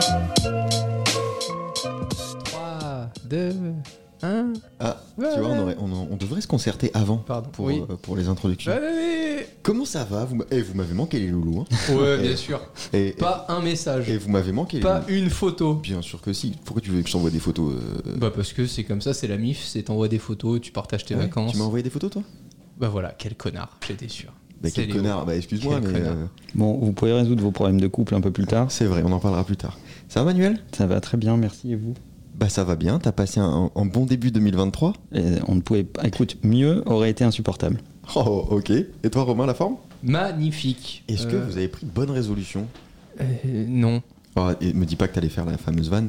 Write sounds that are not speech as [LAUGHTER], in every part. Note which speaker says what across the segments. Speaker 1: Ah, concerté avant
Speaker 2: Pardon,
Speaker 1: Pour,
Speaker 2: oui.
Speaker 1: euh, pour les introductions.
Speaker 2: Allez
Speaker 1: Comment ça va vous, m'a- eh, vous m'avez manqué
Speaker 2: [LAUGHS]
Speaker 1: les loulous. hein.
Speaker 2: Ouais, bien sûr.
Speaker 1: Et, et-
Speaker 2: Pas un message,
Speaker 1: et vous m'avez manqué les
Speaker 2: pas
Speaker 1: loulous.
Speaker 2: une photo.
Speaker 1: Bien sûr que si. Pourquoi tu veux que je t'envoie des photos euh,
Speaker 2: Bah parce que c'est comme ça, c'est la MIF, c'est t'envoies des photos, tu partages tes
Speaker 1: ouais,
Speaker 2: vacances.
Speaker 1: Tu m'as envoyé des photos toi
Speaker 2: Bah voilà, quel connard, j'étais sûr.
Speaker 1: Bah
Speaker 2: C'est
Speaker 1: quel
Speaker 2: Léo.
Speaker 1: connard, bah excuse-moi
Speaker 2: Quel
Speaker 1: mais
Speaker 2: connard.
Speaker 1: euh,
Speaker 3: Bon, vous pouvez résoudre vos problèmes de couple un peu plus tard.
Speaker 1: c'est vrai, on en parlera plus tard. Ça va Manuel
Speaker 3: Ça va très bien, merci et vous.
Speaker 1: Bah ça va bien, t'as passé un, un bon début 2023
Speaker 3: Et on ne pouvait pas. Écoute, mieux aurait été insupportable.
Speaker 1: Oh ok. Et toi Romain la forme
Speaker 2: Magnifique.
Speaker 1: Est-ce que
Speaker 2: Euh,
Speaker 1: vous avez pris bonne résolution
Speaker 2: euh, Non.
Speaker 1: oh, et Me dis pas que t'allais faire la fameuse vanne.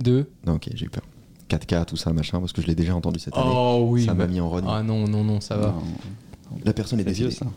Speaker 2: Deux.
Speaker 1: Non ok j'ai eu peur. 4K tout ça machin parce que je l'ai déjà entendu cette année.
Speaker 2: Oh oui.
Speaker 1: Ah ça m'a
Speaker 2: bah-
Speaker 1: mis en rogne.
Speaker 2: Ah non, non, non, ça va.
Speaker 3: Non,
Speaker 1: la personne est
Speaker 3: c'est vieux,
Speaker 1: décédée.
Speaker 3: ça.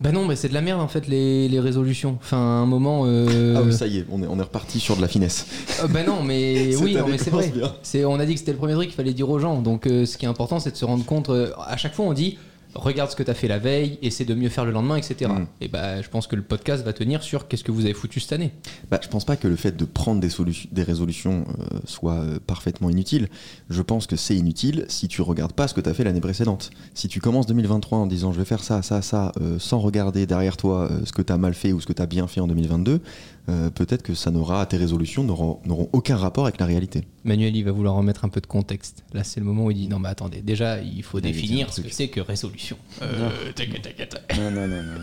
Speaker 2: Bah non, mais c'est de la merde en fait les, les résolutions. Enfin, à un moment. euh,
Speaker 1: Ah oui, ça y est, on est, on est reparti sur de la finesse.
Speaker 2: euh, bah non,
Speaker 1: [LAUGHS]
Speaker 2: mais
Speaker 1: Cette
Speaker 2: oui, non,
Speaker 1: année
Speaker 2: mais c'est
Speaker 1: commence
Speaker 2: vrai.
Speaker 1: bien.
Speaker 2: C'est, on a dit que c'était le premier truc qu'il fallait dire aux gens. Donc, euh, ce qui est important, c'est de se rendre compte. euh, à chaque fois, on dit regarde ce que t'as fait la veille, essaie de mieux faire le lendemain, etc.
Speaker 1: Mm.
Speaker 2: Et bah, je pense que le podcast va tenir sur qu'est-ce que vous avez foutu cette année.
Speaker 1: Bah, je pense pas que le fait de prendre des, solutions- des résolutions euh, soit euh, parfaitement inutile. Je pense que c'est inutile si tu regardes pas ce que tu as fait l'année précédente. Si tu commences 2023 en disant je vais faire ça, ça, ça, euh, sans regarder derrière toi euh, ce que tu as mal fait ou ce que tu as bien fait en 2022, euh, peut-être que ça n'aura, tes résolutions n'auront n'auront aucun rapport avec la réalité.
Speaker 2: Manuel, il va vouloir remettre un peu de contexte. Là, c'est le moment où il dit non, mais attendez, déjà, il faut
Speaker 1: Il allait dire un
Speaker 2: définir ce
Speaker 1: truc.
Speaker 2: que c'est que résolution. Euh, tac, tac, tac, tac.
Speaker 3: Non, non, non, non.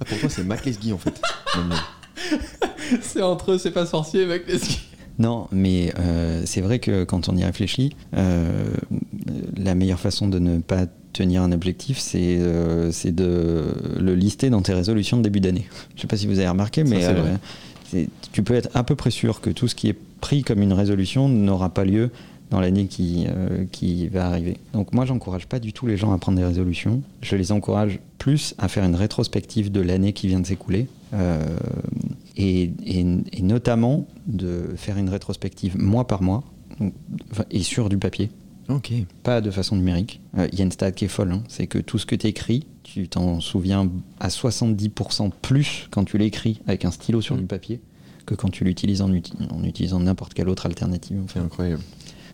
Speaker 1: Ah, pour toi, c'est Mac Lesguy
Speaker 2: [LAUGHS]
Speaker 1: en fait.
Speaker 2: [LAUGHS] c'est entre eux, c'est pas sorcier, mec. parce que-
Speaker 3: Non, mais euh, c'est vrai que quand on y réfléchit, euh, la meilleure façon de ne pas tenir un objectif, c'est euh, c'est de le lister dans tes résolutions de début d'année. Je sais pas si vous avez remarqué, mais
Speaker 1: c'est vrai.
Speaker 3: euh, c'est- tu peux être à peu près sûr que tout ce qui est pris comme une résolution n'aura pas lieu dans l'année qui, euh, qui va arriver. Donc moi, j'encourage pas du tout les gens à prendre des résolutions. Je les encourage plus à faire une rétrospective de l'année qui vient de s'écouler. Euh, et, et- et notamment de faire une rétrospective mois par mois, donc, enfin, et sur du papier,
Speaker 1: ok.
Speaker 3: pas de façon numérique. Euh, Il y a une stat qui est folle, hein, c'est que tout ce que tu écris, tu t'en souviens à 70% plus quand tu l'écris avec un stylo sur
Speaker 2: Mm.
Speaker 3: du papier que quand tu l'utilises en, uti- en utilisant n'importe quelle autre alternative.
Speaker 1: C'est
Speaker 3: Enfin,
Speaker 1: incroyable.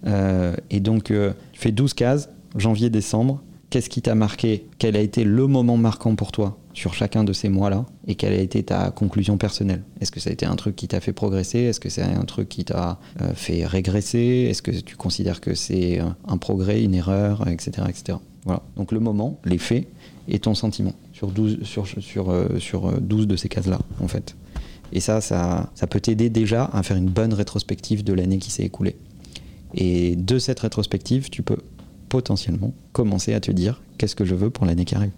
Speaker 3: euh, et donc, euh, tu fais 12 cases, janvier, décembre. Qu'est-ce qui t'a marqué Quel a été le moment marquant pour toi sur chacun de ces mois-là Et quelle a été ta conclusion personnelle Est-ce que ça a été un truc qui t'a fait progresser Est-ce que c'est un truc qui t'a euh, fait régresser Est-ce que tu considères que c'est euh, un progrès, une erreur, etc. etc. Voilà. Donc le moment, les faits et ton sentiment sur 12, sur, sur, euh, sur euh, 12 de ces cases-là, en fait. Et ça, ça, ça peut t'aider déjà à faire une bonne rétrospective de l'année qui s'est écoulée. Et de cette rétrospective, tu peux potentiellement commencer à te dire qu'est-ce que je veux pour l'année qui arrive.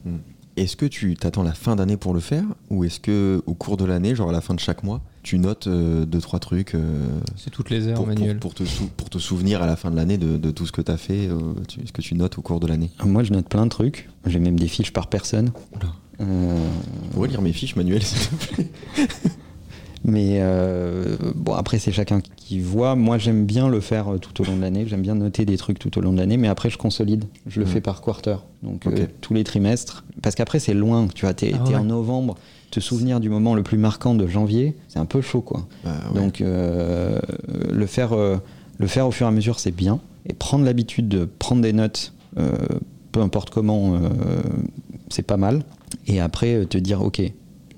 Speaker 1: Est-ce que tu t'attends la fin d'année pour le faire ou est-ce que au cours de l'année, genre à la fin de chaque mois, tu notes euh, deux trois trucs euh,
Speaker 2: C'est toutes les heures,
Speaker 1: pour, pour-
Speaker 2: Manuel.
Speaker 1: pour te sou- pour te souvenir à la fin de l'année de, de tout ce que tu as fait, euh, tu- ce que tu notes au cours de l'année.
Speaker 3: Moi, je note plein de trucs. J'ai même des fiches par personne.
Speaker 1: Oula.
Speaker 3: Euh,
Speaker 1: Tu pourrais lire mes fiches, [LAUGHS] Manuel, s'il te plaît.
Speaker 3: mais euh, bon, après, c'est chacun qui voit. Moi, j'aime bien le faire euh, tout au long de l'année. J'aime bien noter des trucs tout au long de l'année. Mais après, je consolide. Je le
Speaker 1: Mhm.
Speaker 3: fais par quarter. Donc, euh,
Speaker 1: Ok.
Speaker 3: tous les trimestres. Parce qu'après, c'est loin. Tu vois, t'es
Speaker 2: Ah
Speaker 3: t'es
Speaker 2: ouais.
Speaker 3: en novembre. Te souvenir du moment le plus marquant de janvier, c'est un peu chaud, quoi.
Speaker 1: Bah Ah
Speaker 3: Donc euh, le, faire, euh, le faire au fur et à mesure, c'est bien. Et prendre l'habitude de prendre des notes, euh, peu importe comment, euh, c'est pas mal. Et après, euh, te dire, ok,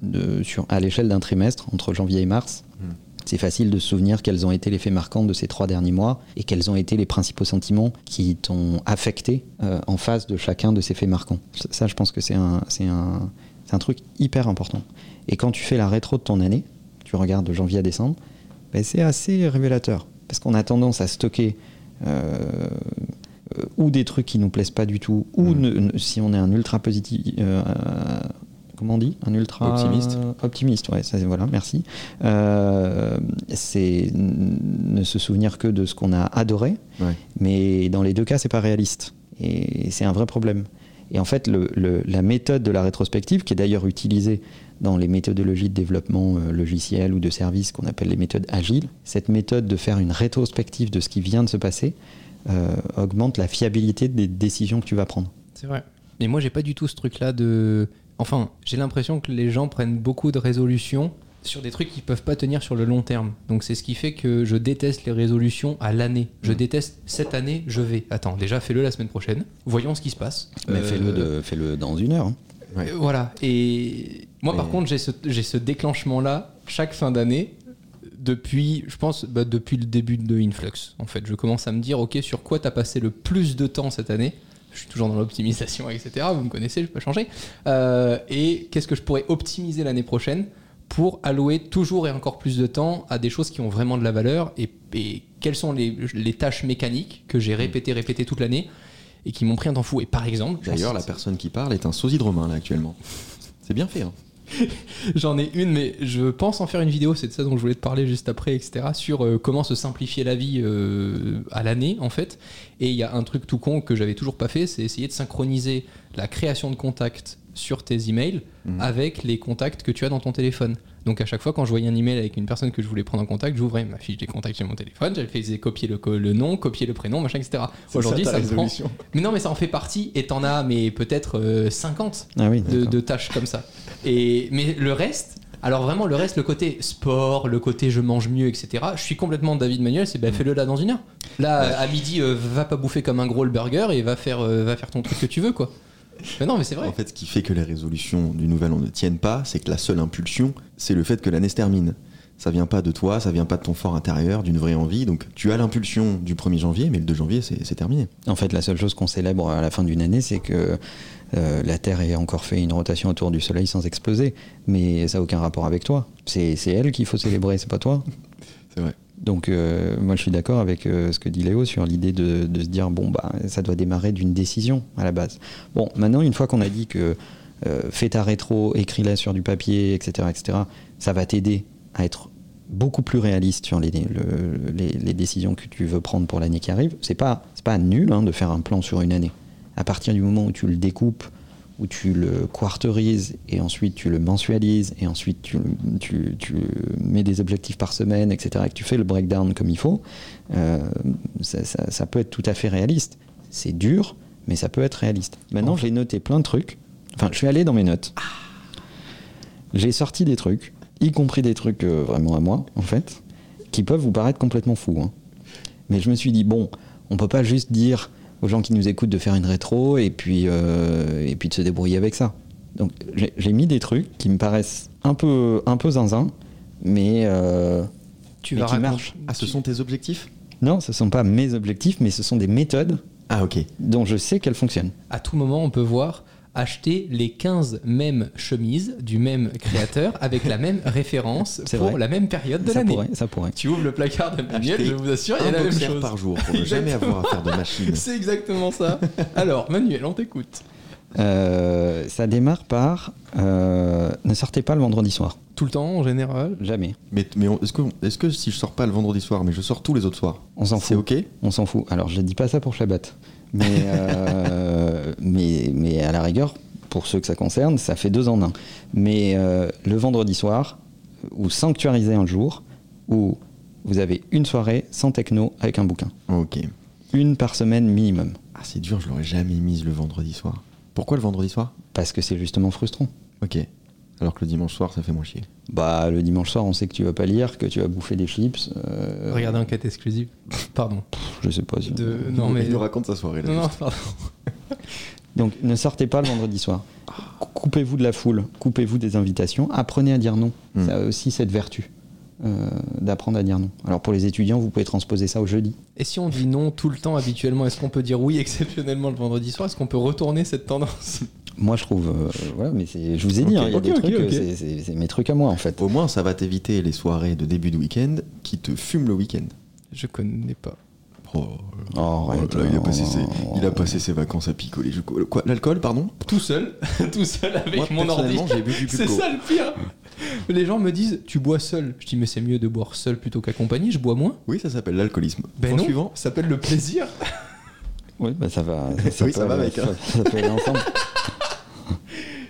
Speaker 3: de- sur, à l'échelle d'un trimestre, entre janvier et mars,
Speaker 1: Mm.
Speaker 3: c'est facile de se souvenir quels ont été les faits marquants de ces trois derniers mois et quels ont été les principaux sentiments qui t'ont affecté euh, en face de chacun de ces faits marquants. Ça, ça, je pense que c'est un, c'est un, c'est un truc hyper important. Et quand tu fais la rétro de ton année, tu regardes de janvier à décembre, ben, c'est assez révélateur. Parce qu'on a tendance à stocker euh, euh, ou des trucs qui nous plaisent pas du tout, ou
Speaker 1: Mm.
Speaker 3: ne- ne- si on est un ultra positif, euh, comment on dit Un ultra
Speaker 1: Optimiste.
Speaker 3: Optimiste, ouais, ça, voilà, merci. Euh, c'est n- ne se souvenir que de ce qu'on a adoré,
Speaker 1: Ouais.
Speaker 3: mais dans les deux cas, c'est pas réaliste. Et c'est un vrai problème. Et en fait, le- le- la méthode de la rétrospective, qui est d'ailleurs utilisée dans les méthodologies de développement euh, logiciel ou de service qu'on appelle les méthodes agiles, cette méthode de faire une rétrospective de ce qui vient de se passer euh, augmente la fiabilité des décisions que tu vas prendre.
Speaker 2: C'est vrai. Et moi, j'ai pas du tout ce truc-là de. Enfin, j'ai l'impression que les gens prennent beaucoup de résolutions sur des trucs qui peuvent pas tenir sur le long terme. Donc c'est ce qui fait que je déteste les résolutions à l'année.
Speaker 3: Mm.
Speaker 2: Je déteste cette année, je vais. Attends, déjà fais-le la semaine prochaine. Voyons ce qui se passe.
Speaker 3: Mais
Speaker 2: Euh,
Speaker 3: fais-le, de- fais-le dans une heure. hein.
Speaker 1: Ouais.
Speaker 2: euh, Voilà. Et moi, par
Speaker 3: Et-
Speaker 2: contre, j'ai ce, j'ai ce déclenchement-là chaque fin d'année. Depuis, je pense, bah, depuis le début de Influx, en fait, je commence à me dire, ok, sur quoi t'as passé le plus de temps cette année Je suis toujours dans l'optimisation, [LAUGHS] etc. Vous me connaissez, je peux pas changer. Euh, et qu'est-ce que je pourrais optimiser l'année prochaine pour allouer toujours et encore plus de temps à des choses qui ont vraiment de la valeur et, et quelles sont les, les tâches mécaniques que
Speaker 1: Hmm.
Speaker 2: j'ai répétées, répétées toute l'année et qui m'ont pris un temps fou. Et par exemple, j'en
Speaker 1: D'ailleurs, la personne qui parle est un sosie de Romain, là, actuellement. C'est bien fait, hein.
Speaker 2: J'en ai une, mais je pense en faire une vidéo, c'est de ça dont je voulais te parler juste après, etc., sur euh, comment se simplifier la vie euh, à l'année, en fait. Et il y a un truc tout con que j'avais toujours pas fait, c'est essayer de synchroniser la création de contacts sur tes emails
Speaker 1: Mhm.
Speaker 2: avec les contacts que tu as dans ton téléphone. Donc à chaque fois, quand je voyais un email avec une personne que je voulais prendre en contact, j'ouvrais ma fiche des contacts sur mon téléphone, j'avais fait copier le, co- le nom, copier le prénom, machin, etc. Aujourd'hui, ça, me prend... Mais non, mais ça en fait partie, et t'en as, mais peut-être euh, 50
Speaker 3: Ah oui,
Speaker 2: de,
Speaker 3: d'accord.
Speaker 2: de tâches comme ça. Et, mais le reste, alors vraiment le reste, le côté sport, le côté je mange mieux, etc. Je suis complètement David Manuel, c'est ben fais-le là dans une heure. Là à midi, euh, va pas bouffer comme un gros le burger et va faire, euh, va faire ton truc que tu veux quoi. Mais non mais c'est vrai.
Speaker 1: En fait, ce qui fait que les résolutions du nouvel an ne tiennent pas, c'est que la seule impulsion, c'est le fait que l'année se termine. Ça vient pas de toi, ça vient pas de ton fort intérieur, d'une vraie envie. Donc, tu as l'impulsion du 1er janvier, mais le 2 janvier, c'est c'est terminé.
Speaker 3: En fait, la seule chose qu'on célèbre à la fin d'une année, c'est que euh, la Terre ait encore fait une rotation autour du Soleil sans exploser. Mais ça n'a aucun rapport avec toi. C'est c'est elle qu'il faut célébrer, c'est pas toi.
Speaker 1: C'est vrai.
Speaker 3: Donc, euh, moi, je suis d'accord avec euh, ce que dit Léo sur l'idée de, de se dire bon, bah, ça doit démarrer d'une décision à la base. Bon, maintenant, une fois qu'on a dit que euh, fais ta rétro, écris-la sur du papier, etc., etc., ça va t'aider à être beaucoup plus réaliste sur les, le- les- les décisions que tu veux prendre pour l'année qui arrive. C'est pas, c'est pas nul hein, de faire un plan sur une année. À partir du moment où tu le découpes, où tu le quarterises et ensuite tu le mensualises et ensuite tu, tu- tu mets des objectifs par semaine, etc. et que tu fais le breakdown comme il faut, euh, ça, ça- ça peut être tout à fait réaliste. C'est dur, mais ça peut être réaliste. Maintenant, j'ai noté plein de trucs. Enfin, je suis allé dans mes notes. J'ai sorti des trucs, y compris des trucs euh, vraiment à moi, en fait, qui peuvent vous paraître complètement fous. hein. Mais je me suis dit, bon, on peut pas juste dire aux gens qui nous écoutent de faire une rétro et puis, euh, et puis de se débrouiller avec ça. Donc j'ai j'ai mis des trucs qui me paraissent un peu, un peu zinzin, mais, euh,
Speaker 2: Tu
Speaker 3: mais
Speaker 2: vas
Speaker 3: qui
Speaker 2: raconter-
Speaker 3: marchent.
Speaker 1: Ah, ce sont tes objectifs
Speaker 3: Non, ce sont pas mes objectifs, mais ce sont des méthodes
Speaker 1: Ah, ok.
Speaker 3: dont je sais qu'elles fonctionnent.
Speaker 2: À tout moment, on peut voir acheter les 15 mêmes chemises du même créateur avec la même référence
Speaker 3: C'est
Speaker 2: pour
Speaker 3: vrai.
Speaker 2: la même période de
Speaker 3: ça
Speaker 2: l'année.
Speaker 3: pourrait, ça pourrait.
Speaker 2: Tu ouvres le placard de Manuel,
Speaker 1: Acheter
Speaker 2: je vous assure, il y
Speaker 1: Un
Speaker 2: a la même
Speaker 1: boxer
Speaker 2: chose.
Speaker 1: par jour pour ne jamais avoir à faire de
Speaker 2: [LAUGHS]
Speaker 1: machine.
Speaker 2: C'est exactement ça. Alors, Manuel, on t'écoute.
Speaker 3: Euh, ça démarre par euh, ne sortez pas le vendredi soir,
Speaker 2: Tout le temps, en général.
Speaker 3: jamais.
Speaker 1: Mais, mais on- est-ce que, est que si je sors pas le vendredi soir, mais je sors tous les autres soirs
Speaker 3: On s'en
Speaker 1: C'est
Speaker 3: fout.
Speaker 1: ok
Speaker 3: On s'en fout. Alors, je dis pas ça pour Shabbat. Mais, euh, mais, mais à la rigueur, pour ceux que ça concerne, ça fait deux en un. Mais euh, le vendredi soir, vous sanctuarisez un jour où vous avez une soirée sans techno avec un bouquin.
Speaker 1: Ok.
Speaker 3: Une par semaine minimum.
Speaker 1: Ah, c'est dur, je l'aurais jamais mise le vendredi soir. Pourquoi le vendredi soir
Speaker 3: Parce que c'est justement frustrant.
Speaker 1: Ok. Alors que le dimanche soir, ça fait moins chier.
Speaker 3: Bah, le dimanche soir, on sait que tu vas pas lire, que tu vas bouffer des chips. euh,
Speaker 2: Regarde un quête exclusive. [LAUGHS] Pardon.
Speaker 3: Je sais pas si.
Speaker 2: De... Non, mais.
Speaker 1: Euh, Il nous raconte sa soirée, là.
Speaker 2: Non, non,
Speaker 1: juste.
Speaker 2: pardon.
Speaker 3: Donc ne sortez pas le vendredi soir. Cou- Coupez-vous de la foule, coupez-vous des invitations, apprenez à dire non.
Speaker 1: Mm.
Speaker 3: Ça a aussi cette vertu euh, d'apprendre à dire non. Alors pour les étudiants, vous pouvez transposer ça au jeudi.
Speaker 2: Et si on dit non tout le temps habituellement, est-ce qu'on peut dire oui exceptionnellement le vendredi soir Est-ce qu'on peut retourner cette tendance
Speaker 3: Moi je trouve, euh, voilà, mais c'est- je vous ai dit,
Speaker 1: Ok,
Speaker 3: hein, il y a
Speaker 1: ok,
Speaker 3: des
Speaker 1: ok,
Speaker 3: trucs, euh,
Speaker 1: ok.
Speaker 3: c'est- c'est c'est mes trucs à moi en fait.
Speaker 1: Au moins, ça va t'éviter les soirées de début de week-end qui te fument le week-end.
Speaker 2: Je connais pas.
Speaker 1: Oh,
Speaker 3: Oh, arrête,
Speaker 1: là, il a
Speaker 3: non,
Speaker 1: passé,
Speaker 3: non,
Speaker 1: ses,
Speaker 3: non,
Speaker 1: il a
Speaker 3: non.
Speaker 1: passé ses vacances à picoler. Je- quoi, L'alcool, pardon
Speaker 2: Tout seul, [LAUGHS] tout seul avec
Speaker 1: Moi,
Speaker 2: mon ordi.
Speaker 1: personnellement, j'ai bu
Speaker 2: [LAUGHS]
Speaker 1: du
Speaker 2: C'est
Speaker 1: Pulco.
Speaker 2: ça le pire. Les gens me disent tu bois seul. Je dis mais c'est mieux de boire seul plutôt qu'accompagné. Je bois moins.
Speaker 1: Oui, ça s'appelle l'alcoolisme.
Speaker 2: Ben
Speaker 1: Point
Speaker 2: non.
Speaker 1: suivant.
Speaker 2: Ça s'appelle le plaisir.
Speaker 3: Oui, bah ça [LAUGHS] va.
Speaker 1: Oui, ça va avec,
Speaker 3: Ça,
Speaker 1: hein.
Speaker 3: ça peut aller ensemble.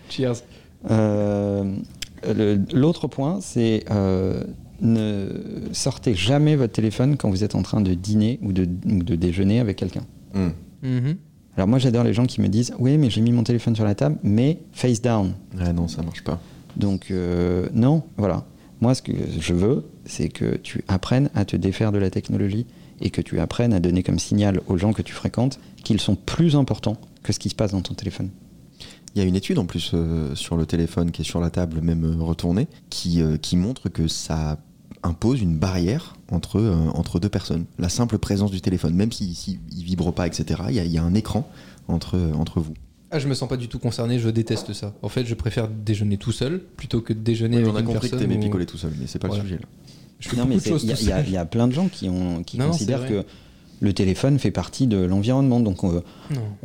Speaker 2: Cheers.
Speaker 3: [LAUGHS] Euh, le- L'autre point, c'est euh, ne sortez jamais votre téléphone quand vous êtes en train de dîner ou de, ou de déjeuner avec quelqu'un.
Speaker 1: Hmm.
Speaker 2: Mm-hmm.
Speaker 3: Alors moi, j'adore les gens qui me disent oui, mais j'ai mis mon téléphone sur la table, mais face down.
Speaker 1: Ah non, ça marche pas.
Speaker 3: Donc euh, non, voilà. Moi, ce que je veux, c'est que tu apprennes à te défaire de la technologie et que tu apprennes à donner comme signal aux gens que tu fréquentes qu'ils sont plus importants que ce qui se passe dans ton téléphone.
Speaker 1: Il y a une étude en plus euh, sur le téléphone qui est sur la table, même euh, retournée, qui, euh, qui montre que ça impose une barrière entre, euh, entre deux personnes. La simple présence du téléphone, même s'il si, il vibre pas, etc., il y, a- il y a un écran entre, euh, entre vous.
Speaker 2: Ah, je me sens pas du tout concerné, je déteste ça. En fait, je préfère déjeuner tout seul plutôt que de déjeuner
Speaker 1: on
Speaker 2: avec
Speaker 1: a
Speaker 2: une
Speaker 1: compris que
Speaker 2: personne.
Speaker 1: t'aimais
Speaker 2: où-
Speaker 1: picoler tout seul, mais c'est pas
Speaker 2: Voilà.
Speaker 1: le sujet là.
Speaker 2: Je fais
Speaker 3: Non,
Speaker 2: beaucoup
Speaker 3: mais
Speaker 2: de choses
Speaker 3: il y,
Speaker 2: tout
Speaker 3: a- y a-
Speaker 2: seul.
Speaker 3: y a plein de gens qui, ont, qui
Speaker 2: Non, non,
Speaker 3: considèrent
Speaker 2: c'est vrai.
Speaker 3: que le téléphone fait partie de l'environnement. Donc on,
Speaker 2: Non.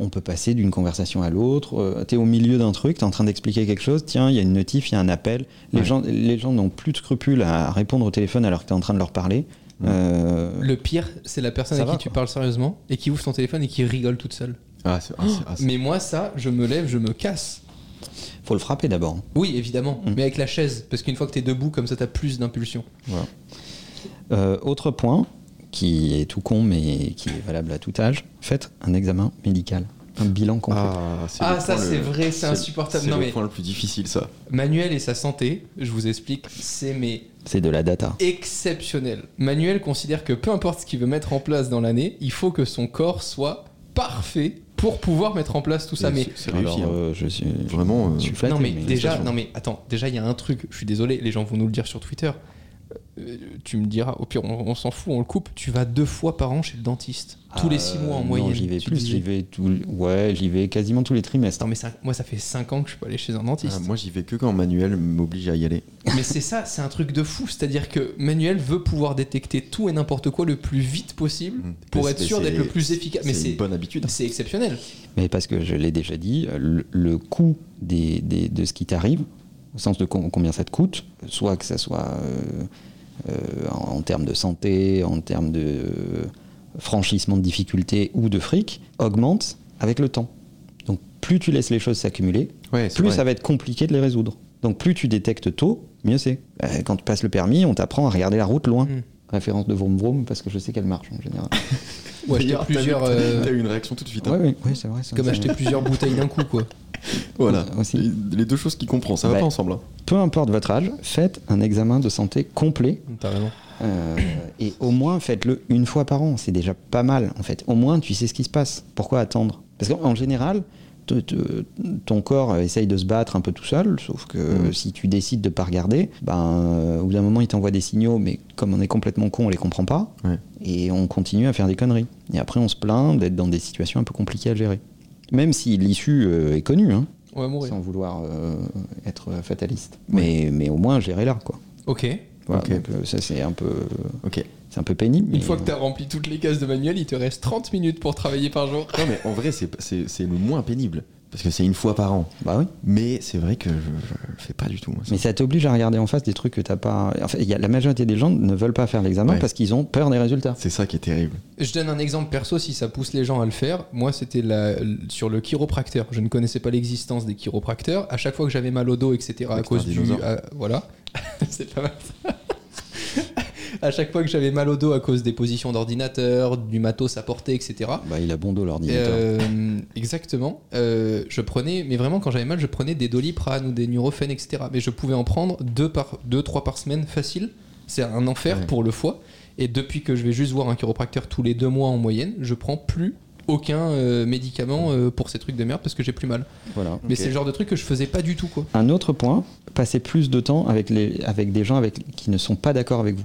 Speaker 3: on peut passer d'une conversation à l'autre. tu es au milieu d'un truc, tu es en train d'expliquer quelque chose. Tiens, il y a une notif, il y a un appel. Les
Speaker 1: Ouais.
Speaker 3: gens, les gens n'ont plus de scrupules à répondre au téléphone alors que tu es en train de leur parler.
Speaker 1: Ouais.
Speaker 3: Euh,
Speaker 2: Le pire, c'est la personne
Speaker 3: Ça
Speaker 2: à qui
Speaker 3: va,
Speaker 2: tu
Speaker 3: quoi.
Speaker 2: parles sérieusement et qui ouvre son téléphone et qui rigole toute seule.
Speaker 1: Ah, c'est- ah, c'est- ah, c'est-
Speaker 2: Mais moi, ça, je me lève, je me casse.
Speaker 3: faut le frapper d'abord.
Speaker 2: Oui, évidemment,
Speaker 3: Mm.
Speaker 2: mais avec la chaise, parce qu'une fois que t'es debout, comme ça, t'as plus d'impulsion.
Speaker 3: Voilà. Euh, autre point qui est tout con mais qui est valable à tout âge, faites un examen médical, un bilan complet.
Speaker 1: Ah, c'est
Speaker 2: Ah,
Speaker 1: le
Speaker 2: ça,
Speaker 1: point le-
Speaker 2: c'est vrai, c'est insupportable.
Speaker 1: C'est
Speaker 2: Non,
Speaker 1: le
Speaker 2: mais-
Speaker 1: point le plus difficile, ça.
Speaker 2: Manuel et sa santé, je vous explique, c'est mais
Speaker 3: C'est de la data.
Speaker 2: exceptionnel. Manuel considère que peu importe ce qu'il veut mettre en place dans l'année, il faut que son corps soit parfait pour pouvoir mettre en place tout ça.
Speaker 1: Et
Speaker 2: Mais
Speaker 1: c'est- C'est réussi.
Speaker 3: Alors,
Speaker 1: hein.
Speaker 3: euh, je suis je
Speaker 1: Vraiment, euh,
Speaker 3: suis flatté,
Speaker 2: non mais, déjà,
Speaker 3: félicitations.
Speaker 2: non mais attends, déjà il y a un truc. Je suis désolé, les gens vont nous le dire sur Twitter. Euh, tu me diras, au pire, on, on s'en fout, on le coupe. Tu vas deux fois par an chez le dentiste, tous les
Speaker 3: Euh,
Speaker 2: six mois en
Speaker 3: non,
Speaker 2: moyenne.
Speaker 3: J'y vais
Speaker 2: Tu
Speaker 3: plus,
Speaker 2: dis-
Speaker 3: j'y vais tout, ouais, j'y vais quasiment tous les trimestres. hein.
Speaker 2: Attends, mais ça- moi ça fait cinq ans que je peux aller chez un dentiste.
Speaker 1: Ah, moi, j'y vais que quand Manuel m'oblige à y aller.
Speaker 2: Mais c'est ça, c'est un truc de fou. C'est-à-dire que Manuel veut pouvoir détecter tout et n'importe quoi le plus vite possible
Speaker 1: Mm.
Speaker 2: pour
Speaker 1: Mais
Speaker 2: être
Speaker 1: c'est-
Speaker 2: sûr
Speaker 1: c'est-
Speaker 2: d'être le plus efficace. Mais
Speaker 1: c'est
Speaker 2: c'est
Speaker 1: une bonne habitude.
Speaker 2: c'est exceptionnel.
Speaker 3: Mais parce que je l'ai déjà dit, euh, le, le coût des, des- de ce qui t'arrive, au sens de com- combien ça te coûte, soit que ça soit euh, euh, en, en termes de santé, en termes de euh, franchissement de difficultés ou de fric, augmente avec le temps. Donc plus tu laisses les choses s'accumuler,
Speaker 1: Ouais, c'est
Speaker 3: plus
Speaker 1: vrai.
Speaker 3: ça va être compliqué de les résoudre. Donc plus tu détectes tôt, mieux c'est. Euh, Quand tu passes le permis, on t'apprend à regarder la route
Speaker 1: Hein
Speaker 3: loin.
Speaker 2: Mm.
Speaker 3: Référence de vroom vroom parce que je sais qu'elle marche en général.
Speaker 2: Ou acheter
Speaker 1: D'ailleurs, t'as vu-
Speaker 2: plusieurs,
Speaker 1: t'as-
Speaker 2: euh,
Speaker 1: T'as eu une réaction tout de suite. hein.
Speaker 3: Ouais, ouais, ouais, c'est vrai. ça,
Speaker 2: comme
Speaker 3: ça-
Speaker 2: acheter plusieurs bouteilles d'un coup, quoi.
Speaker 1: Voilà.
Speaker 3: Aussi.
Speaker 1: Les les deux choses qui comprend, ça va
Speaker 3: Ouais.
Speaker 1: pas ensemble. hein.
Speaker 3: Peu importe votre âge, faites un examen de santé complet
Speaker 2: T'as raison.
Speaker 3: euh, et au moins faites-le une fois par an. C'est déjà pas mal en fait. Au moins tu sais ce qui se passe. Pourquoi attendre Parce qu'en en général, te- te- ton corps euh, essaye de se battre un peu tout seul, sauf que
Speaker 1: Mhm.
Speaker 3: si tu décides de pas regarder, ben, euh, au bout d'un moment il t'envoie des signaux, mais comme on est complètement con, on les comprend pas
Speaker 1: Ouais.
Speaker 3: et on continue à faire des conneries. Et après on se plaint d'être dans des situations un peu compliquées à gérer. Même si l'issue euh, est connue, hein,
Speaker 2: On va mourir.
Speaker 3: sans vouloir euh, être fataliste. Mais, mais au moins gérer là quoi.
Speaker 2: Ok.
Speaker 3: Voilà,
Speaker 1: Ok.
Speaker 3: donc, euh, ça c'est un peu
Speaker 1: Ok.
Speaker 3: c'est un peu pénible.
Speaker 2: Une
Speaker 3: mais, euh,
Speaker 2: fois que t'as rempli toutes les cases de Manuel, il te reste 30 minutes pour travailler par jour.
Speaker 1: Non, mais en vrai, c'est c'est- c'est le moins pénible. Parce que c'est une fois par an.
Speaker 3: bah oui.
Speaker 1: Mais c'est vrai que je, je le fais pas du tout. moi, ça.
Speaker 3: Mais ça t'oblige à regarder en face des trucs que t'as pas. En fait, il y a- la majorité des gens ne veulent pas faire l'examen
Speaker 1: Ouais.
Speaker 3: parce qu'ils ont peur des résultats.
Speaker 1: C'est ça qui est terrible.
Speaker 2: Je donne un exemple perso si ça pousse les gens à le faire. Moi, c'était la- sur le chiropracteur. Je ne connaissais pas l'existence des chiropracteurs. À chaque fois que j'avais mal au dos, etc., à
Speaker 1: Avec
Speaker 2: cause
Speaker 1: un
Speaker 2: du.
Speaker 1: dinosaure.
Speaker 2: à- voilà. [LAUGHS] C'est pas mal ça. [LAUGHS] à chaque fois que j'avais mal au dos à cause des positions d'ordinateur, du matos à porter, etc.
Speaker 3: Bah il a bon dos l'ordinateur.
Speaker 2: Euh, exactement. Euh, je prenais, mais vraiment quand j'avais mal, je prenais des doliprane ou des Nurofen, etc. Mais je pouvais en prendre deux par deux, trois par semaine facile. C'est un enfer
Speaker 1: Ouais.
Speaker 2: pour le foie. Et depuis que je vais juste voir un chiropracteur tous les deux mois en moyenne, je prends plus aucun euh, médicament euh, pour ces trucs de merde parce que j'ai plus mal.
Speaker 3: Voilà.
Speaker 2: Mais c'est le genre de truc que je faisais pas du tout quoi.
Speaker 3: Un autre point, passez plus de temps avec les avec des gens avec qui ne sont pas d'accord avec vous.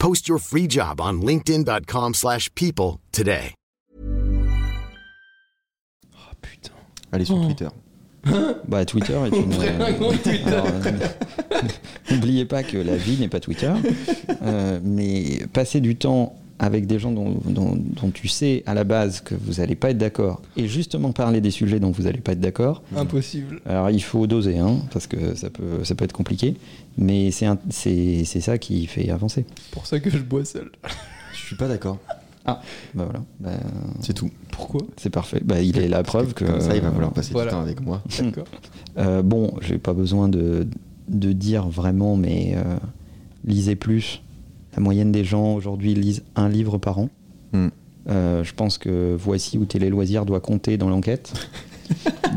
Speaker 4: Post your free job on linkedin.com/people slash people today.
Speaker 2: Oh putain.
Speaker 1: Allez sur Twitter.
Speaker 3: Bah, Twitter est une.
Speaker 2: Ouvrir un compte Twitter.
Speaker 3: Alors, euh, [LAUGHS] N'oubliez pas que la vie n'est pas Twitter, Euh, mais passer du temps avec des gens dont, dont- dont tu sais à la base que vous n'allez pas être d'accord, et justement parler des sujets dont vous n'allez pas être d'accord,
Speaker 2: Impossible.
Speaker 3: alors il faut doser, hein, parce que ça peut, ça peut être compliqué, mais c'est un- c'est c'est ça qui fait avancer.
Speaker 2: Pour ça que je bois seul.
Speaker 1: Je suis pas d'accord.
Speaker 3: Bah voilà, Bah,
Speaker 1: C'est tout.
Speaker 2: Pourquoi
Speaker 3: c'est parfait. Bah, il est la preuve que...
Speaker 1: Comme ça, il va falloir passer
Speaker 2: voilà.
Speaker 1: du temps avec moi.
Speaker 2: D'accord.
Speaker 3: Euh, bon, j'ai pas besoin de, de dire vraiment, mais euh, lisez plus. La moyenne des gens aujourd'hui lisent un livre par an.
Speaker 1: Hmm.
Speaker 3: Euh, je pense que voici où Télé Loisirs doit compter dans l'enquête.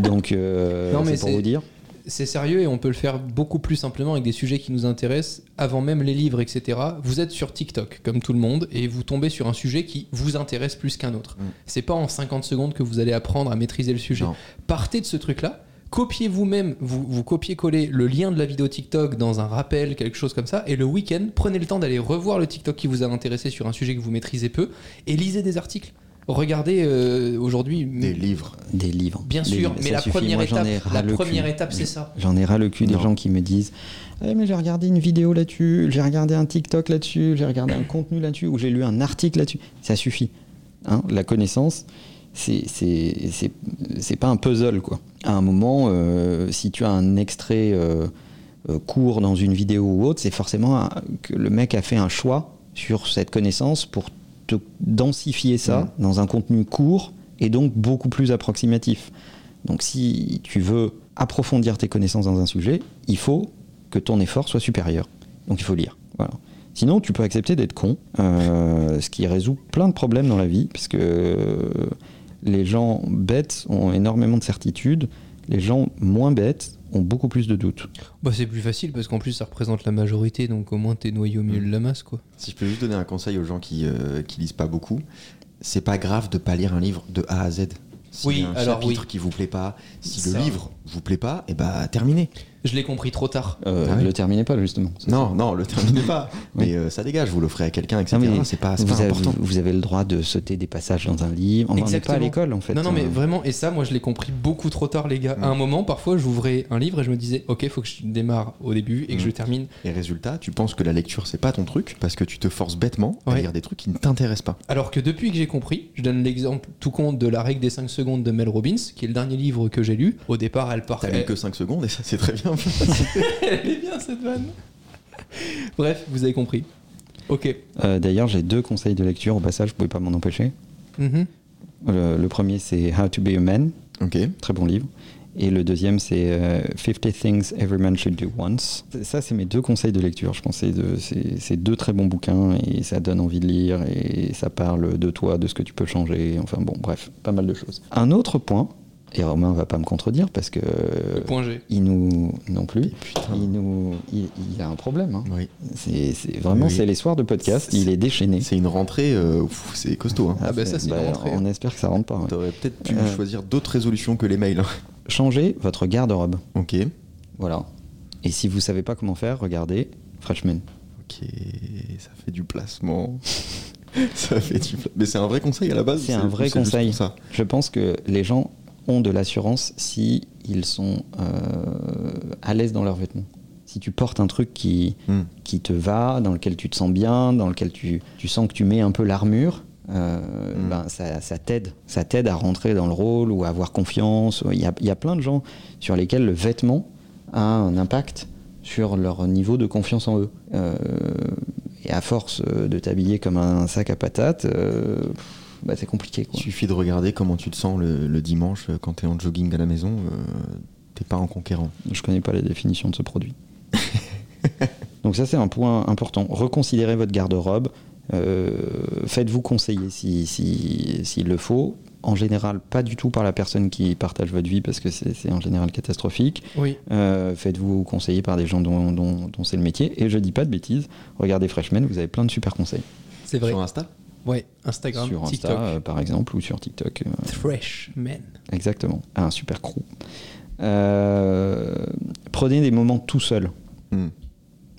Speaker 3: Donc, euh,
Speaker 2: Non, mais
Speaker 3: c'est pour
Speaker 2: c'est-
Speaker 3: vous dire.
Speaker 2: C'est sérieux et on peut le faire beaucoup plus simplement avec des sujets qui nous intéressent, avant même les livres, etc. Vous êtes sur TikTok, comme tout le monde, et vous tombez sur un sujet qui vous intéresse plus qu'un autre.
Speaker 1: Mm.
Speaker 2: C'est pas en 50 secondes que vous allez apprendre à maîtriser le sujet.
Speaker 1: Non.
Speaker 2: Partez de ce truc-là, copiez vous-même, vous, vous copiez-collez le lien de la vidéo TikTok dans un rappel, quelque chose comme ça, et le week-end, prenez le temps d'aller revoir le TikTok qui vous a intéressé sur un sujet que vous maîtrisez peu, et lisez des articles. Regardez euh, aujourd'hui.
Speaker 1: Des livres.
Speaker 3: Des livres.
Speaker 2: Bien
Speaker 3: Des
Speaker 2: sûr,
Speaker 3: livres,
Speaker 2: mais
Speaker 3: ça
Speaker 2: la
Speaker 3: suffit.
Speaker 2: première,
Speaker 3: Moi, j'en
Speaker 2: étape,
Speaker 3: ai ras
Speaker 2: la
Speaker 3: le cul.
Speaker 2: première étape, c'est ça.
Speaker 3: J'en ai ras le cul des
Speaker 1: Non.
Speaker 3: gens qui me disent Eh, mais j'ai regardé une vidéo là-dessus, j'ai regardé un TikTok là-dessus, j'ai regardé un contenu là-dessus, ou j'ai lu un article là-dessus. Ça suffit. Hein, la connaissance, c'est- c'est c'est- c'est pas un puzzle. quoi. À un moment, euh, si tu as un extrait euh, euh, court dans une vidéo ou autre, c'est forcément un- que le mec a fait un choix sur cette connaissance pour te densifier ça dans un contenu court et donc beaucoup plus approximatif. Donc si tu veux approfondir tes connaissances dans un sujet, il faut que ton effort soit supérieur. Donc il faut lire. Voilà. Sinon, tu peux accepter d'être con, euh, ce qui résout plein de problèmes dans la vie, parce que euh, les gens bêtes ont énormément de certitudes, les gens moins bêtes ont beaucoup plus de doutes.
Speaker 2: Bah, c'est plus facile parce qu'en plus ça représente la majorité, donc au moins t'es noyé au milieu de la masse, quoi.
Speaker 1: Si je peux juste donner un conseil aux gens qui, euh, qui lisent pas beaucoup, c'est pas grave de pas lire un livre de A à Z. Si
Speaker 2: Oui,
Speaker 1: y a un
Speaker 2: alors
Speaker 1: chapitre
Speaker 2: oui.
Speaker 1: qui vous plaît pas, si
Speaker 2: Ça.
Speaker 1: le livre vous plaît pas, et bah terminez.
Speaker 2: Je l'ai compris trop tard.
Speaker 3: Euh,
Speaker 1: Ah ouais.
Speaker 3: Le terminez pas, justement. Ça,
Speaker 1: Non, non, le terminez
Speaker 3: [LAUGHS]
Speaker 1: pas. Mais euh, ça dégage, vous l'offrez à quelqu'un, etc.
Speaker 3: Non, mais
Speaker 1: C'est pas, ah, c'est
Speaker 3: Vous
Speaker 1: pas
Speaker 3: avez,
Speaker 1: important.
Speaker 3: vous avez le droit de sauter des passages dans un livre. Enfin, on n'est pas à
Speaker 2: Exactement.
Speaker 3: l'école, en fait.
Speaker 2: non, non, mais
Speaker 3: Euh,
Speaker 2: vraiment, et ça, moi je l'ai compris beaucoup trop tard, les gars. À un moment, parfois, j'ouvrais un livre et je me disais, ok, faut que je démarre au début et que je termine.
Speaker 1: Et résultat, tu penses que la lecture c'est pas ton truc parce que tu te forces bêtement à
Speaker 2: Ouais.
Speaker 1: lire des trucs qui ne t'intéressent pas.
Speaker 2: Alors que depuis que j'ai compris, je donne l'exemple tout compte de La règle des 5 secondes de Mel Robbins, qui est le dernier livre que j'ai lu. Au départ, elle part.
Speaker 1: T'as lu que 5 secondes et ça c'est très
Speaker 3: [LAUGHS]
Speaker 1: bien.
Speaker 2: [LAUGHS] Elle est bien cette vanne. Bref, vous avez compris. Ok.
Speaker 3: euh, D'ailleurs, j'ai deux conseils de lecture au passage, je ne pouvais pas m'en empêcher. Euh,
Speaker 2: Mhm.
Speaker 3: Le, le premier, c'est How to be a man,
Speaker 1: ok.
Speaker 3: très bon livre. Et le deuxième, c'est euh, 50 Things Every Man Should Do Once. Ça, c'est mes deux conseils de lecture. Je pense que c'est deux- c'est c'est deux très bons bouquins et ça donne envie de lire et ça parle de toi, de ce que tu peux changer. Enfin bon, bref, pas mal de choses. Un autre point, et Romain va pas me contredire parce que
Speaker 2: Le point Ah. G.
Speaker 3: il nous non plus,
Speaker 1: Putain.
Speaker 3: il nous il, il a un problème. hein.
Speaker 1: Oui.
Speaker 3: C'est c'est- vraiment
Speaker 1: Oui.
Speaker 3: c'est les soirs de podcast,
Speaker 1: C'est-
Speaker 3: il est déchaîné. ben,
Speaker 1: C'est une rentrée, euh, pff, c'est costaud. Hein.
Speaker 2: Ah bah ça, c'est une rentrée.
Speaker 3: On espère que ça rentre pas. ouais.
Speaker 1: T'aurais peut-être pu
Speaker 3: Euh.
Speaker 1: choisir d'autres résolutions que les mails. hein.
Speaker 3: Changez votre garde-robe.
Speaker 1: Ok.
Speaker 3: Voilà. Et si vous savez pas comment faire, regardez Freshman.
Speaker 1: Ok, ça fait du placement. [LAUGHS] ça fait du pla- Mais c'est un vrai conseil à la base.
Speaker 3: C'est un vrai
Speaker 1: juste
Speaker 3: conseil.
Speaker 1: pour ça.
Speaker 3: Je pense que les gens ont de l'assurance si ils sont euh, à l'aise dans leurs vêtements. Si tu portes un truc qui,
Speaker 1: Hmm.
Speaker 3: qui te va, dans lequel tu te sens bien, dans lequel tu, tu sens que tu mets un peu l'armure, euh,
Speaker 1: Mm.
Speaker 3: ben, ça, ça t'aide. Ça t'aide à rentrer dans le rôle ou à avoir confiance. Il y a, il y a plein de gens sur lesquels le vêtement a un impact sur leur niveau de confiance en eux. Euh, et à force euh, de t'habiller comme un sac à patates, euh, pff, bah, c'est compliqué. Quoi.
Speaker 1: Il suffit de regarder comment tu te sens le, le dimanche euh, quand t'es en jogging à la maison. euh, T'es pas en conquérant.
Speaker 3: Je connais pas la définition de ce produit. [LAUGHS] Donc ça c'est un point important. Reconsidérez votre garde-robe. Euh, Faites-vous conseiller si, si- s'il le faut. En général, pas du tout par la personne qui partage votre vie parce que c'est c'est en général catastrophique.
Speaker 2: Oui.
Speaker 3: Euh, Faites-vous conseiller par des gens dont, dont- dont c'est le métier. Et je dis pas de bêtises. Regardez Freshman, vous avez plein de super conseils.
Speaker 2: C'est vrai.
Speaker 1: Sur Insta
Speaker 2: Ouais, Instagram,
Speaker 3: sur Insta,
Speaker 2: TikTok.
Speaker 3: euh, par exemple, ou sur TikTok. euh,
Speaker 2: Fresh men.
Speaker 3: Exactement, un super crew. Euh, prenez des moments tout seul.
Speaker 1: Hmm.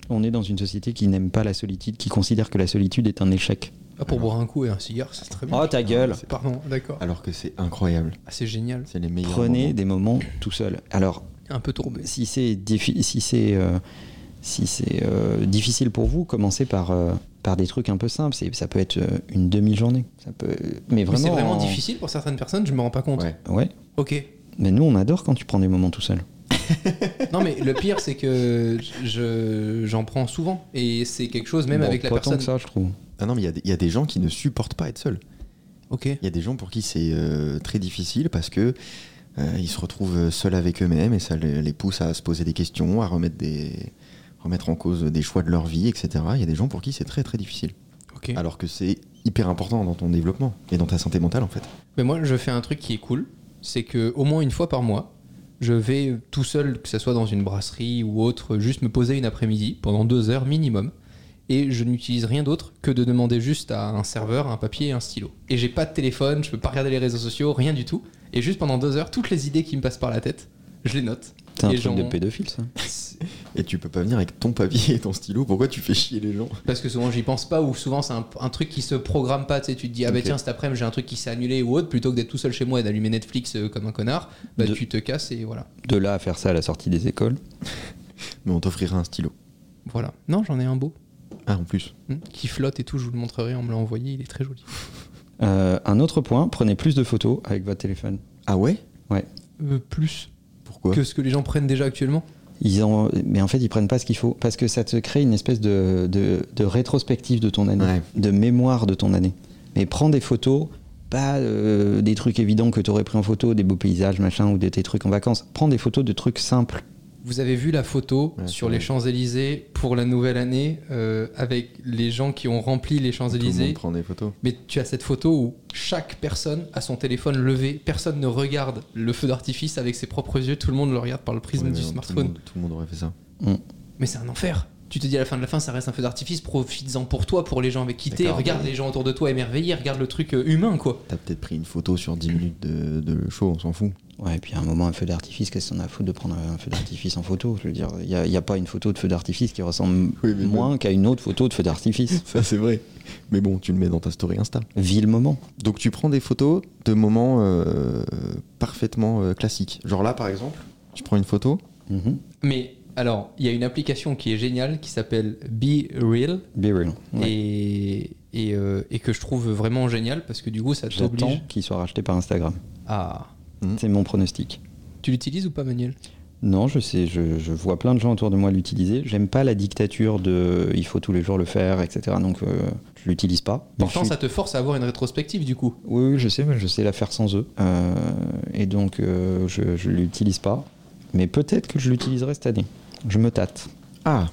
Speaker 3: On est dans une société qui n'aime pas la solitude, qui considère que la solitude est un échec.
Speaker 2: Ah, pour boire un coup et un cigare, c'est très bien.
Speaker 3: Oh ta gueule
Speaker 2: Pardon, d'accord.
Speaker 1: Alors que c'est incroyable.
Speaker 2: Ah, c'est génial.
Speaker 1: C'est les meilleurs.
Speaker 3: Prenez
Speaker 1: moments.
Speaker 3: des moments tout seul. Alors, ben,
Speaker 2: Un peu tourbé.
Speaker 3: si c'est défi- si c'est euh, si c'est euh, difficile pour vous, commencez par euh, par des trucs un peu simples. C'est- Ça peut être euh, une demi-journée. Ça peut, mais
Speaker 2: Mais
Speaker 3: vraiment.
Speaker 2: c'est vraiment
Speaker 3: en-
Speaker 2: difficile pour certaines personnes, je me rends pas compte.
Speaker 1: Ouais.
Speaker 3: Ouais.
Speaker 2: Ok.
Speaker 3: Mais nous, on adore quand tu prends des moments tout seul.
Speaker 2: Non, mais le pire, c'est que je- j'en prends souvent. Et c'est quelque chose, même
Speaker 3: Bon,
Speaker 2: avec la
Speaker 3: pas tant
Speaker 2: personne.
Speaker 3: que ça, je trouve.
Speaker 1: Ah non, mais il y a des- il y, a des gens qui ne supportent pas être seuls.
Speaker 2: Ok.
Speaker 1: Il y a des gens pour qui c'est euh, très difficile parce que euh, ils se retrouvent seuls avec eux-mêmes et ça les, les pousse à se poser des questions, à remettre des remettre en cause des choix de leur vie, etc. Il y a des gens pour qui c'est très très difficile.
Speaker 2: Ok.
Speaker 1: Alors que c'est hyper important dans ton développement et dans ta santé mentale en fait.
Speaker 2: Mais moi, je fais un truc qui est cool, c'est que au moins une fois par mois, je vais tout seul, que ce soit dans une brasserie ou autre, juste me poser une après-midi pendant deux heures minimum. Et je n'utilise rien d'autre que de demander juste à un serveur, un papier et un stylo. Et j'ai pas de téléphone, je peux pas regarder les réseaux sociaux, rien du tout. Et juste pendant deux heures, toutes les idées qui me passent par la tête, je les note. [LAUGHS]
Speaker 3: C'est un
Speaker 2: Et
Speaker 3: truc
Speaker 2: j'en-
Speaker 3: de pédophile, ça.
Speaker 1: Et tu peux pas venir avec ton papier et ton stylo, pourquoi tu fais chier les gens
Speaker 2: Parce que souvent j'y pense pas, ou souvent c'est un, un truc qui se programme pas. Tu, sais, tu te dis, ah bah
Speaker 1: Ok.
Speaker 2: tiens, cet après-midi j'ai un truc qui s'est annulé ou autre, plutôt que d'être tout seul chez moi et d'allumer Netflix euh, comme un connard, bah
Speaker 3: De-
Speaker 2: tu te casses et voilà.
Speaker 3: De là à faire ça à la sortie des écoles.
Speaker 1: Mais on t'offrira un stylo.
Speaker 2: Voilà. Non, j'en ai un beau
Speaker 1: Ah en plus.
Speaker 2: hmm, qui flotte et tout. Je vous le montrerai. On me l'a envoyé. Il est très joli.
Speaker 3: Euh, un autre point, prenez plus de photos avec votre téléphone.
Speaker 1: Ah ouais
Speaker 3: Ouais.
Speaker 2: Euh, plus
Speaker 1: Pourquoi
Speaker 2: que ce que les gens prennent déjà actuellement.
Speaker 3: Ils en- Mais en fait, ils prennent pas ce qu'il faut parce que ça te crée une espèce de, de, de rétrospective de ton année,
Speaker 1: Ouais.
Speaker 3: de mémoire de ton année. Mais prends des photos, pas euh, des trucs évidents que tu aurais pris en photo, des beaux paysages, machin, ou des, tes trucs en vacances. Prends des photos de trucs simples.
Speaker 2: Vous avez vu la photo
Speaker 1: Ouais,
Speaker 2: sur
Speaker 1: c'est
Speaker 2: les
Speaker 1: vrai.
Speaker 2: Champs-Élysées pour la nouvelle année euh, avec les gens qui ont rempli les
Speaker 1: Tout le monde
Speaker 2: Champs-Élysées.
Speaker 1: prend des photos.
Speaker 2: Mais tu as cette photo où chaque personne a son téléphone levé, personne ne regarde le feu d'artifice avec ses propres yeux, tout le monde le regarde par le prisme
Speaker 1: Ouais, mais
Speaker 2: du
Speaker 1: non, tout le
Speaker 2: smartphone.
Speaker 1: monde- Tout le monde aurait fait ça.
Speaker 2: Mais c'est un enfer. Tu te dis à la fin de la fin, ça reste un feu d'artifice, profites-en pour toi, pour les gens avec qui t'es,
Speaker 1: D'accord,
Speaker 2: regarde
Speaker 1: mais-
Speaker 2: les gens autour de toi émerveillés, regarde le truc euh, humain quoi.
Speaker 1: T'as peut-être pris une photo sur 10 minutes de, de show, on s'en fout.
Speaker 3: Ouais, et puis à un moment, un feu d'artifice, qu'est-ce qu'on a à foutre de prendre un feu d'artifice en photo Je veux dire, il n'y a, pas une photo de feu d'artifice qui ressemble
Speaker 1: Oui, mais
Speaker 3: moins qu'à une autre photo de feu d'artifice.
Speaker 1: [LAUGHS] Ça c'est vrai. Mais bon, tu le mets dans ta story Insta.
Speaker 3: Vis le moment.
Speaker 1: Donc tu prends des photos de moments euh, parfaitement euh, classiques. Genre là par exemple, tu prends une photo.
Speaker 3: Mhm.
Speaker 2: Mais alors, il y a une application qui est géniale qui s'appelle Be Real
Speaker 3: Be real. Ouais.
Speaker 2: et, et, euh, et que je trouve vraiment géniale parce que du coup ça
Speaker 3: J'attends
Speaker 2: t'oblige
Speaker 3: qu'il soit racheté par Instagram.
Speaker 2: à.
Speaker 3: C'est mon pronostic.
Speaker 2: Tu l'utilises ou pas, Manuel
Speaker 3: Non, je sais, je, je vois plein de gens autour de moi l'utiliser. J'aime pas la dictature de il faut tous les jours le faire, etc. Donc euh, je l'utilise pas. Mais
Speaker 2: Pourtant,
Speaker 3: je suis-
Speaker 2: ça te force à avoir une rétrospective du coup.
Speaker 3: Oui, oui, je sais, mais je sais la faire sans eux. Euh, et donc euh, je, je l'utilise pas. Mais peut-être que je l'utiliserai cette année. Je me tâte.
Speaker 1: Ah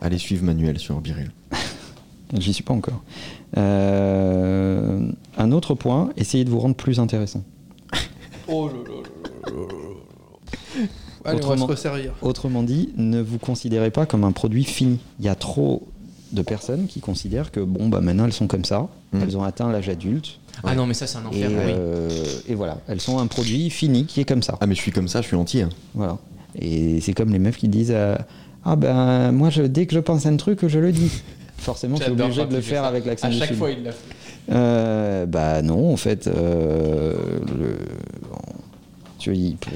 Speaker 1: Allez suivre Manuel sur Biril.
Speaker 3: J'y suis pas encore. Euh, un autre point, essayez de vous rendre plus intéressant.
Speaker 2: Oh là là Allez, on va se
Speaker 3: Autrement-
Speaker 2: resservir.
Speaker 3: Autrement dit, ne vous considérez pas comme un produit fini. Il y a trop de personnes qui considèrent que bon bah maintenant elles sont comme ça,
Speaker 1: Mm.
Speaker 3: elles ont atteint l'âge adulte
Speaker 2: Ah non, mais ça, c'est un
Speaker 3: et,
Speaker 2: enfer, oui.
Speaker 3: euh, et voilà, elles sont un produit fini qui est comme ça.
Speaker 1: Ah mais je suis comme ça, je suis entier. hein.
Speaker 3: Voilà. Et c'est comme les meufs qui disent euh, ah ben moi je, dès que je pense à un truc je le dis. Forcément, tu es
Speaker 2: J'adore
Speaker 3: obligé
Speaker 2: quand
Speaker 3: de le
Speaker 2: tu fais
Speaker 3: faire
Speaker 2: ça.
Speaker 3: avec l'accent
Speaker 2: À
Speaker 3: du
Speaker 2: chaque
Speaker 3: sud.
Speaker 2: fois, il l'a fait.
Speaker 3: Euh, bah non, en fait, euh, le- bon, tu vois, il peut-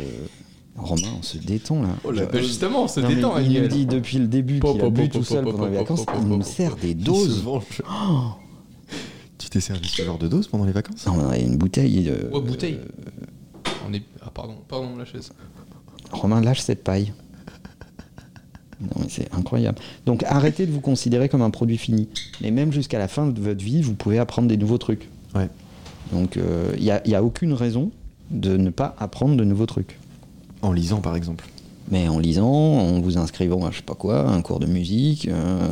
Speaker 3: Romain, on se détend là.
Speaker 2: Oh là, bah justement, on se
Speaker 3: Non, mais
Speaker 2: détend,
Speaker 3: il nous
Speaker 2: Manuel.
Speaker 3: dit depuis le début
Speaker 2: Po,
Speaker 3: qu'il
Speaker 2: po,
Speaker 3: a
Speaker 2: po,
Speaker 3: bu
Speaker 2: po,
Speaker 3: tout seul
Speaker 2: po, po,
Speaker 3: pendant les
Speaker 2: po, po,
Speaker 3: vacances.
Speaker 2: po,
Speaker 3: Il
Speaker 2: po,
Speaker 3: nous
Speaker 2: po,
Speaker 3: sert des
Speaker 1: Il se
Speaker 3: doses.
Speaker 1: venge. [GASPS] tu t'es servi ce genre de dose pendant les vacances
Speaker 3: Non, mais on a une bouteille. euh,
Speaker 2: Oh, bouteille. On est... Ah, pardon, pardon, la chaise.
Speaker 3: Romain, lâche cette paille. Non, mais c'est incroyable. Donc arrêtez de vous considérer comme un produit fini. Mais même jusqu'à la fin de votre vie, vous pouvez apprendre des nouveaux trucs.
Speaker 1: Ouais.
Speaker 3: Donc euh, il n'y a, il y a aucune raison de ne pas apprendre de nouveaux trucs.
Speaker 1: En lisant par exemple.
Speaker 3: Mais en lisant, en vous inscrivant à je sais pas quoi, un cours de musique, euh,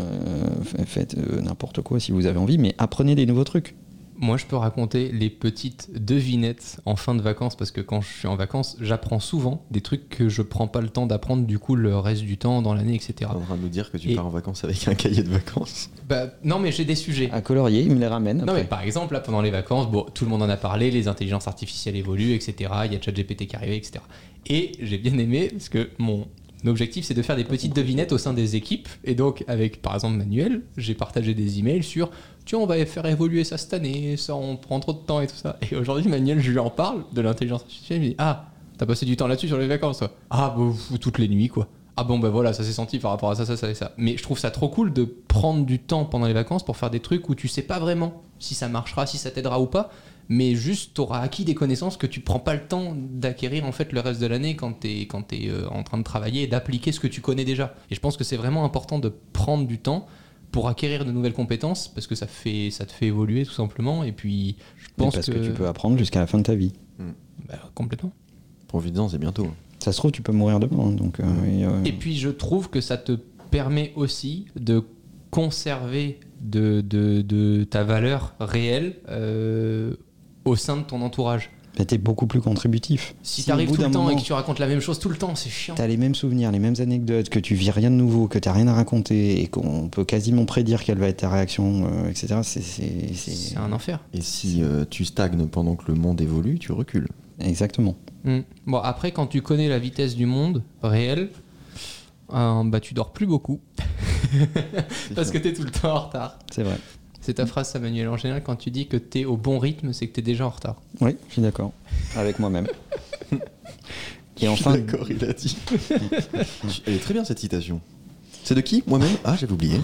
Speaker 3: fa- faites euh, n'importe quoi si vous avez envie, mais apprenez des nouveaux trucs.
Speaker 2: Moi, je peux raconter les petites devinettes en fin de vacances parce que quand je suis en vacances, j'apprends souvent des trucs que je prends pas le temps d'apprendre du coup le reste du temps dans l'année, etc.
Speaker 1: T'es en train de nous dire que tu
Speaker 2: Et-
Speaker 1: pars en vacances avec un cahier de vacances.
Speaker 2: Bah, non, mais j'ai des sujets.
Speaker 3: À colorier, il me les ramène.
Speaker 2: Non,
Speaker 3: après.
Speaker 2: mais par exemple, là, pendant les vacances, bon, tout le monde en a parlé, les intelligences artificielles évoluent, etc. Il y a ChatGPT qui est arrivé, etc. Et j'ai bien aimé, parce que mon objectif, c'est de faire des petites devinettes au sein des équipes. Et donc, avec, par exemple, Manuel, j'ai partagé des emails sur tiens, on va faire évoluer ça cette année, ça, on prend trop de temps et tout ça. Et aujourd'hui, Manuel, je lui en parle de l'intelligence artificielle, il me dit ah, t'as passé du temps là-dessus sur les vacances, toi. Ah, bah, pff, toutes les nuits, quoi. Ah bon, bah voilà, ça s'est senti par rapport à ça, ça, ça et ça. Mais je trouve ça trop cool de prendre du temps pendant les vacances pour faire des trucs où tu sais pas vraiment si ça marchera, si ça t'aidera ou pas, mais juste t'auras acquis des connaissances que tu prends pas le temps d'acquérir en fait le reste de l'année quand t'es quand t'es euh, en train de travailler et d'appliquer ce que tu connais déjà. Et je pense que c'est vraiment important de prendre du temps pour acquérir de nouvelles compétences parce que ça fait ça te fait évoluer tout simplement et puis je
Speaker 3: Mais
Speaker 2: pense
Speaker 3: parce que... tu peux apprendre jusqu'à la fin de ta vie.
Speaker 2: Bah, complètement.
Speaker 1: Providence, c'est bientôt.
Speaker 3: Ça se trouve, tu peux mourir demain. Donc, euh, et, euh,
Speaker 2: Et puis je trouve que ça te permet aussi de conserver de, de- de ta valeur réelle euh, au sein de ton entourage.
Speaker 3: bah, t'es beaucoup plus contributif.
Speaker 2: Si,
Speaker 3: au
Speaker 2: t'arrives
Speaker 3: bout
Speaker 2: tout
Speaker 3: d'un
Speaker 2: le temps
Speaker 3: moment,
Speaker 2: et que tu racontes la même chose tout le temps, c'est chiant.
Speaker 3: T'as les mêmes souvenirs, les mêmes anecdotes, que tu vis rien de nouveau, que t'as rien à raconter et qu'on peut quasiment prédire quelle va être ta réaction, euh, etc. C'est- c'est-
Speaker 2: C'est
Speaker 3: C'est
Speaker 2: un enfer.
Speaker 1: Et si euh, tu stagnes pendant que le monde évolue, tu recules.
Speaker 3: exactement.
Speaker 2: Mm. Bon, après, quand tu connais la vitesse du monde réel, euh, bah, tu dors plus
Speaker 3: [LAUGHS]
Speaker 2: beaucoup parce que t'es tout le temps en retard.
Speaker 3: C'est vrai.
Speaker 2: C'est ta phrase, Samuel. En général, quand tu dis que t'es au bon rythme, c'est que t'es déjà en retard.
Speaker 3: Oui, je suis d'accord
Speaker 2: [LAUGHS]
Speaker 3: avec moi-même. et enfin,
Speaker 1: D'accord, il a dit. Elle est très bien cette citation. C'est de qui Moi-même Ah, j'avais oublié.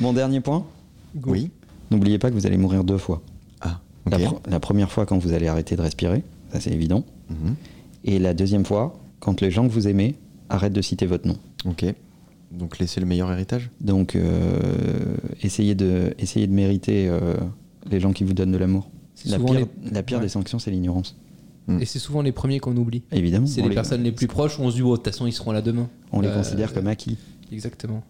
Speaker 3: mon dernier point.
Speaker 1: Oui.
Speaker 3: N'oubliez pas que vous allez mourir deux fois.
Speaker 1: Ah,
Speaker 3: La,
Speaker 1: ok.
Speaker 3: pre- la première fois quand vous allez arrêter de respirer, ça c'est évident.
Speaker 1: Mhm.
Speaker 3: Et la deuxième fois quand les gens que vous aimez arrêtent de citer votre nom.
Speaker 1: Ok. Donc laisser le meilleur héritage
Speaker 3: Donc euh, essayez, de, essayez de mériter euh, les gens qui vous donnent de l'amour.
Speaker 2: C'est
Speaker 3: La
Speaker 2: souvent
Speaker 3: pire, Mm.
Speaker 2: les-
Speaker 3: la pire
Speaker 2: Ouais.
Speaker 3: des sanctions, c'est l'ignorance.
Speaker 2: Et c'est souvent les premiers qu'on oublie.
Speaker 3: Évidemment.
Speaker 2: C'est
Speaker 3: on
Speaker 2: les, personnes les plus proches où on se dit, oh, de toute façon, ils seront là demain.
Speaker 3: On les
Speaker 2: Euh,
Speaker 3: considère comme acquis.
Speaker 2: Exactement.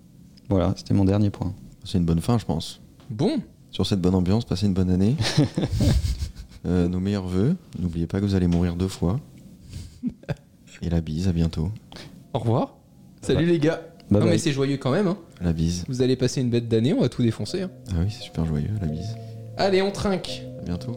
Speaker 3: Voilà, c'était mon dernier point.
Speaker 1: C'est une bonne fin, je pense.
Speaker 2: Bon,
Speaker 1: Sur cette bonne ambiance, passez une bonne année. Euh, nos meilleurs voeux. N'oubliez pas que vous allez mourir deux fois. Et la bise, à bientôt.
Speaker 2: au revoir. Salut les gars.
Speaker 3: Bye
Speaker 2: non
Speaker 3: bye.
Speaker 2: mais c'est joyeux quand même. hein.
Speaker 1: La bise.
Speaker 2: Vous allez passer une bête d'année, on va tout défoncer. hein.
Speaker 1: Ah oui, c'est super joyeux, la bise.
Speaker 2: Allez, on trinque.
Speaker 1: À bientôt.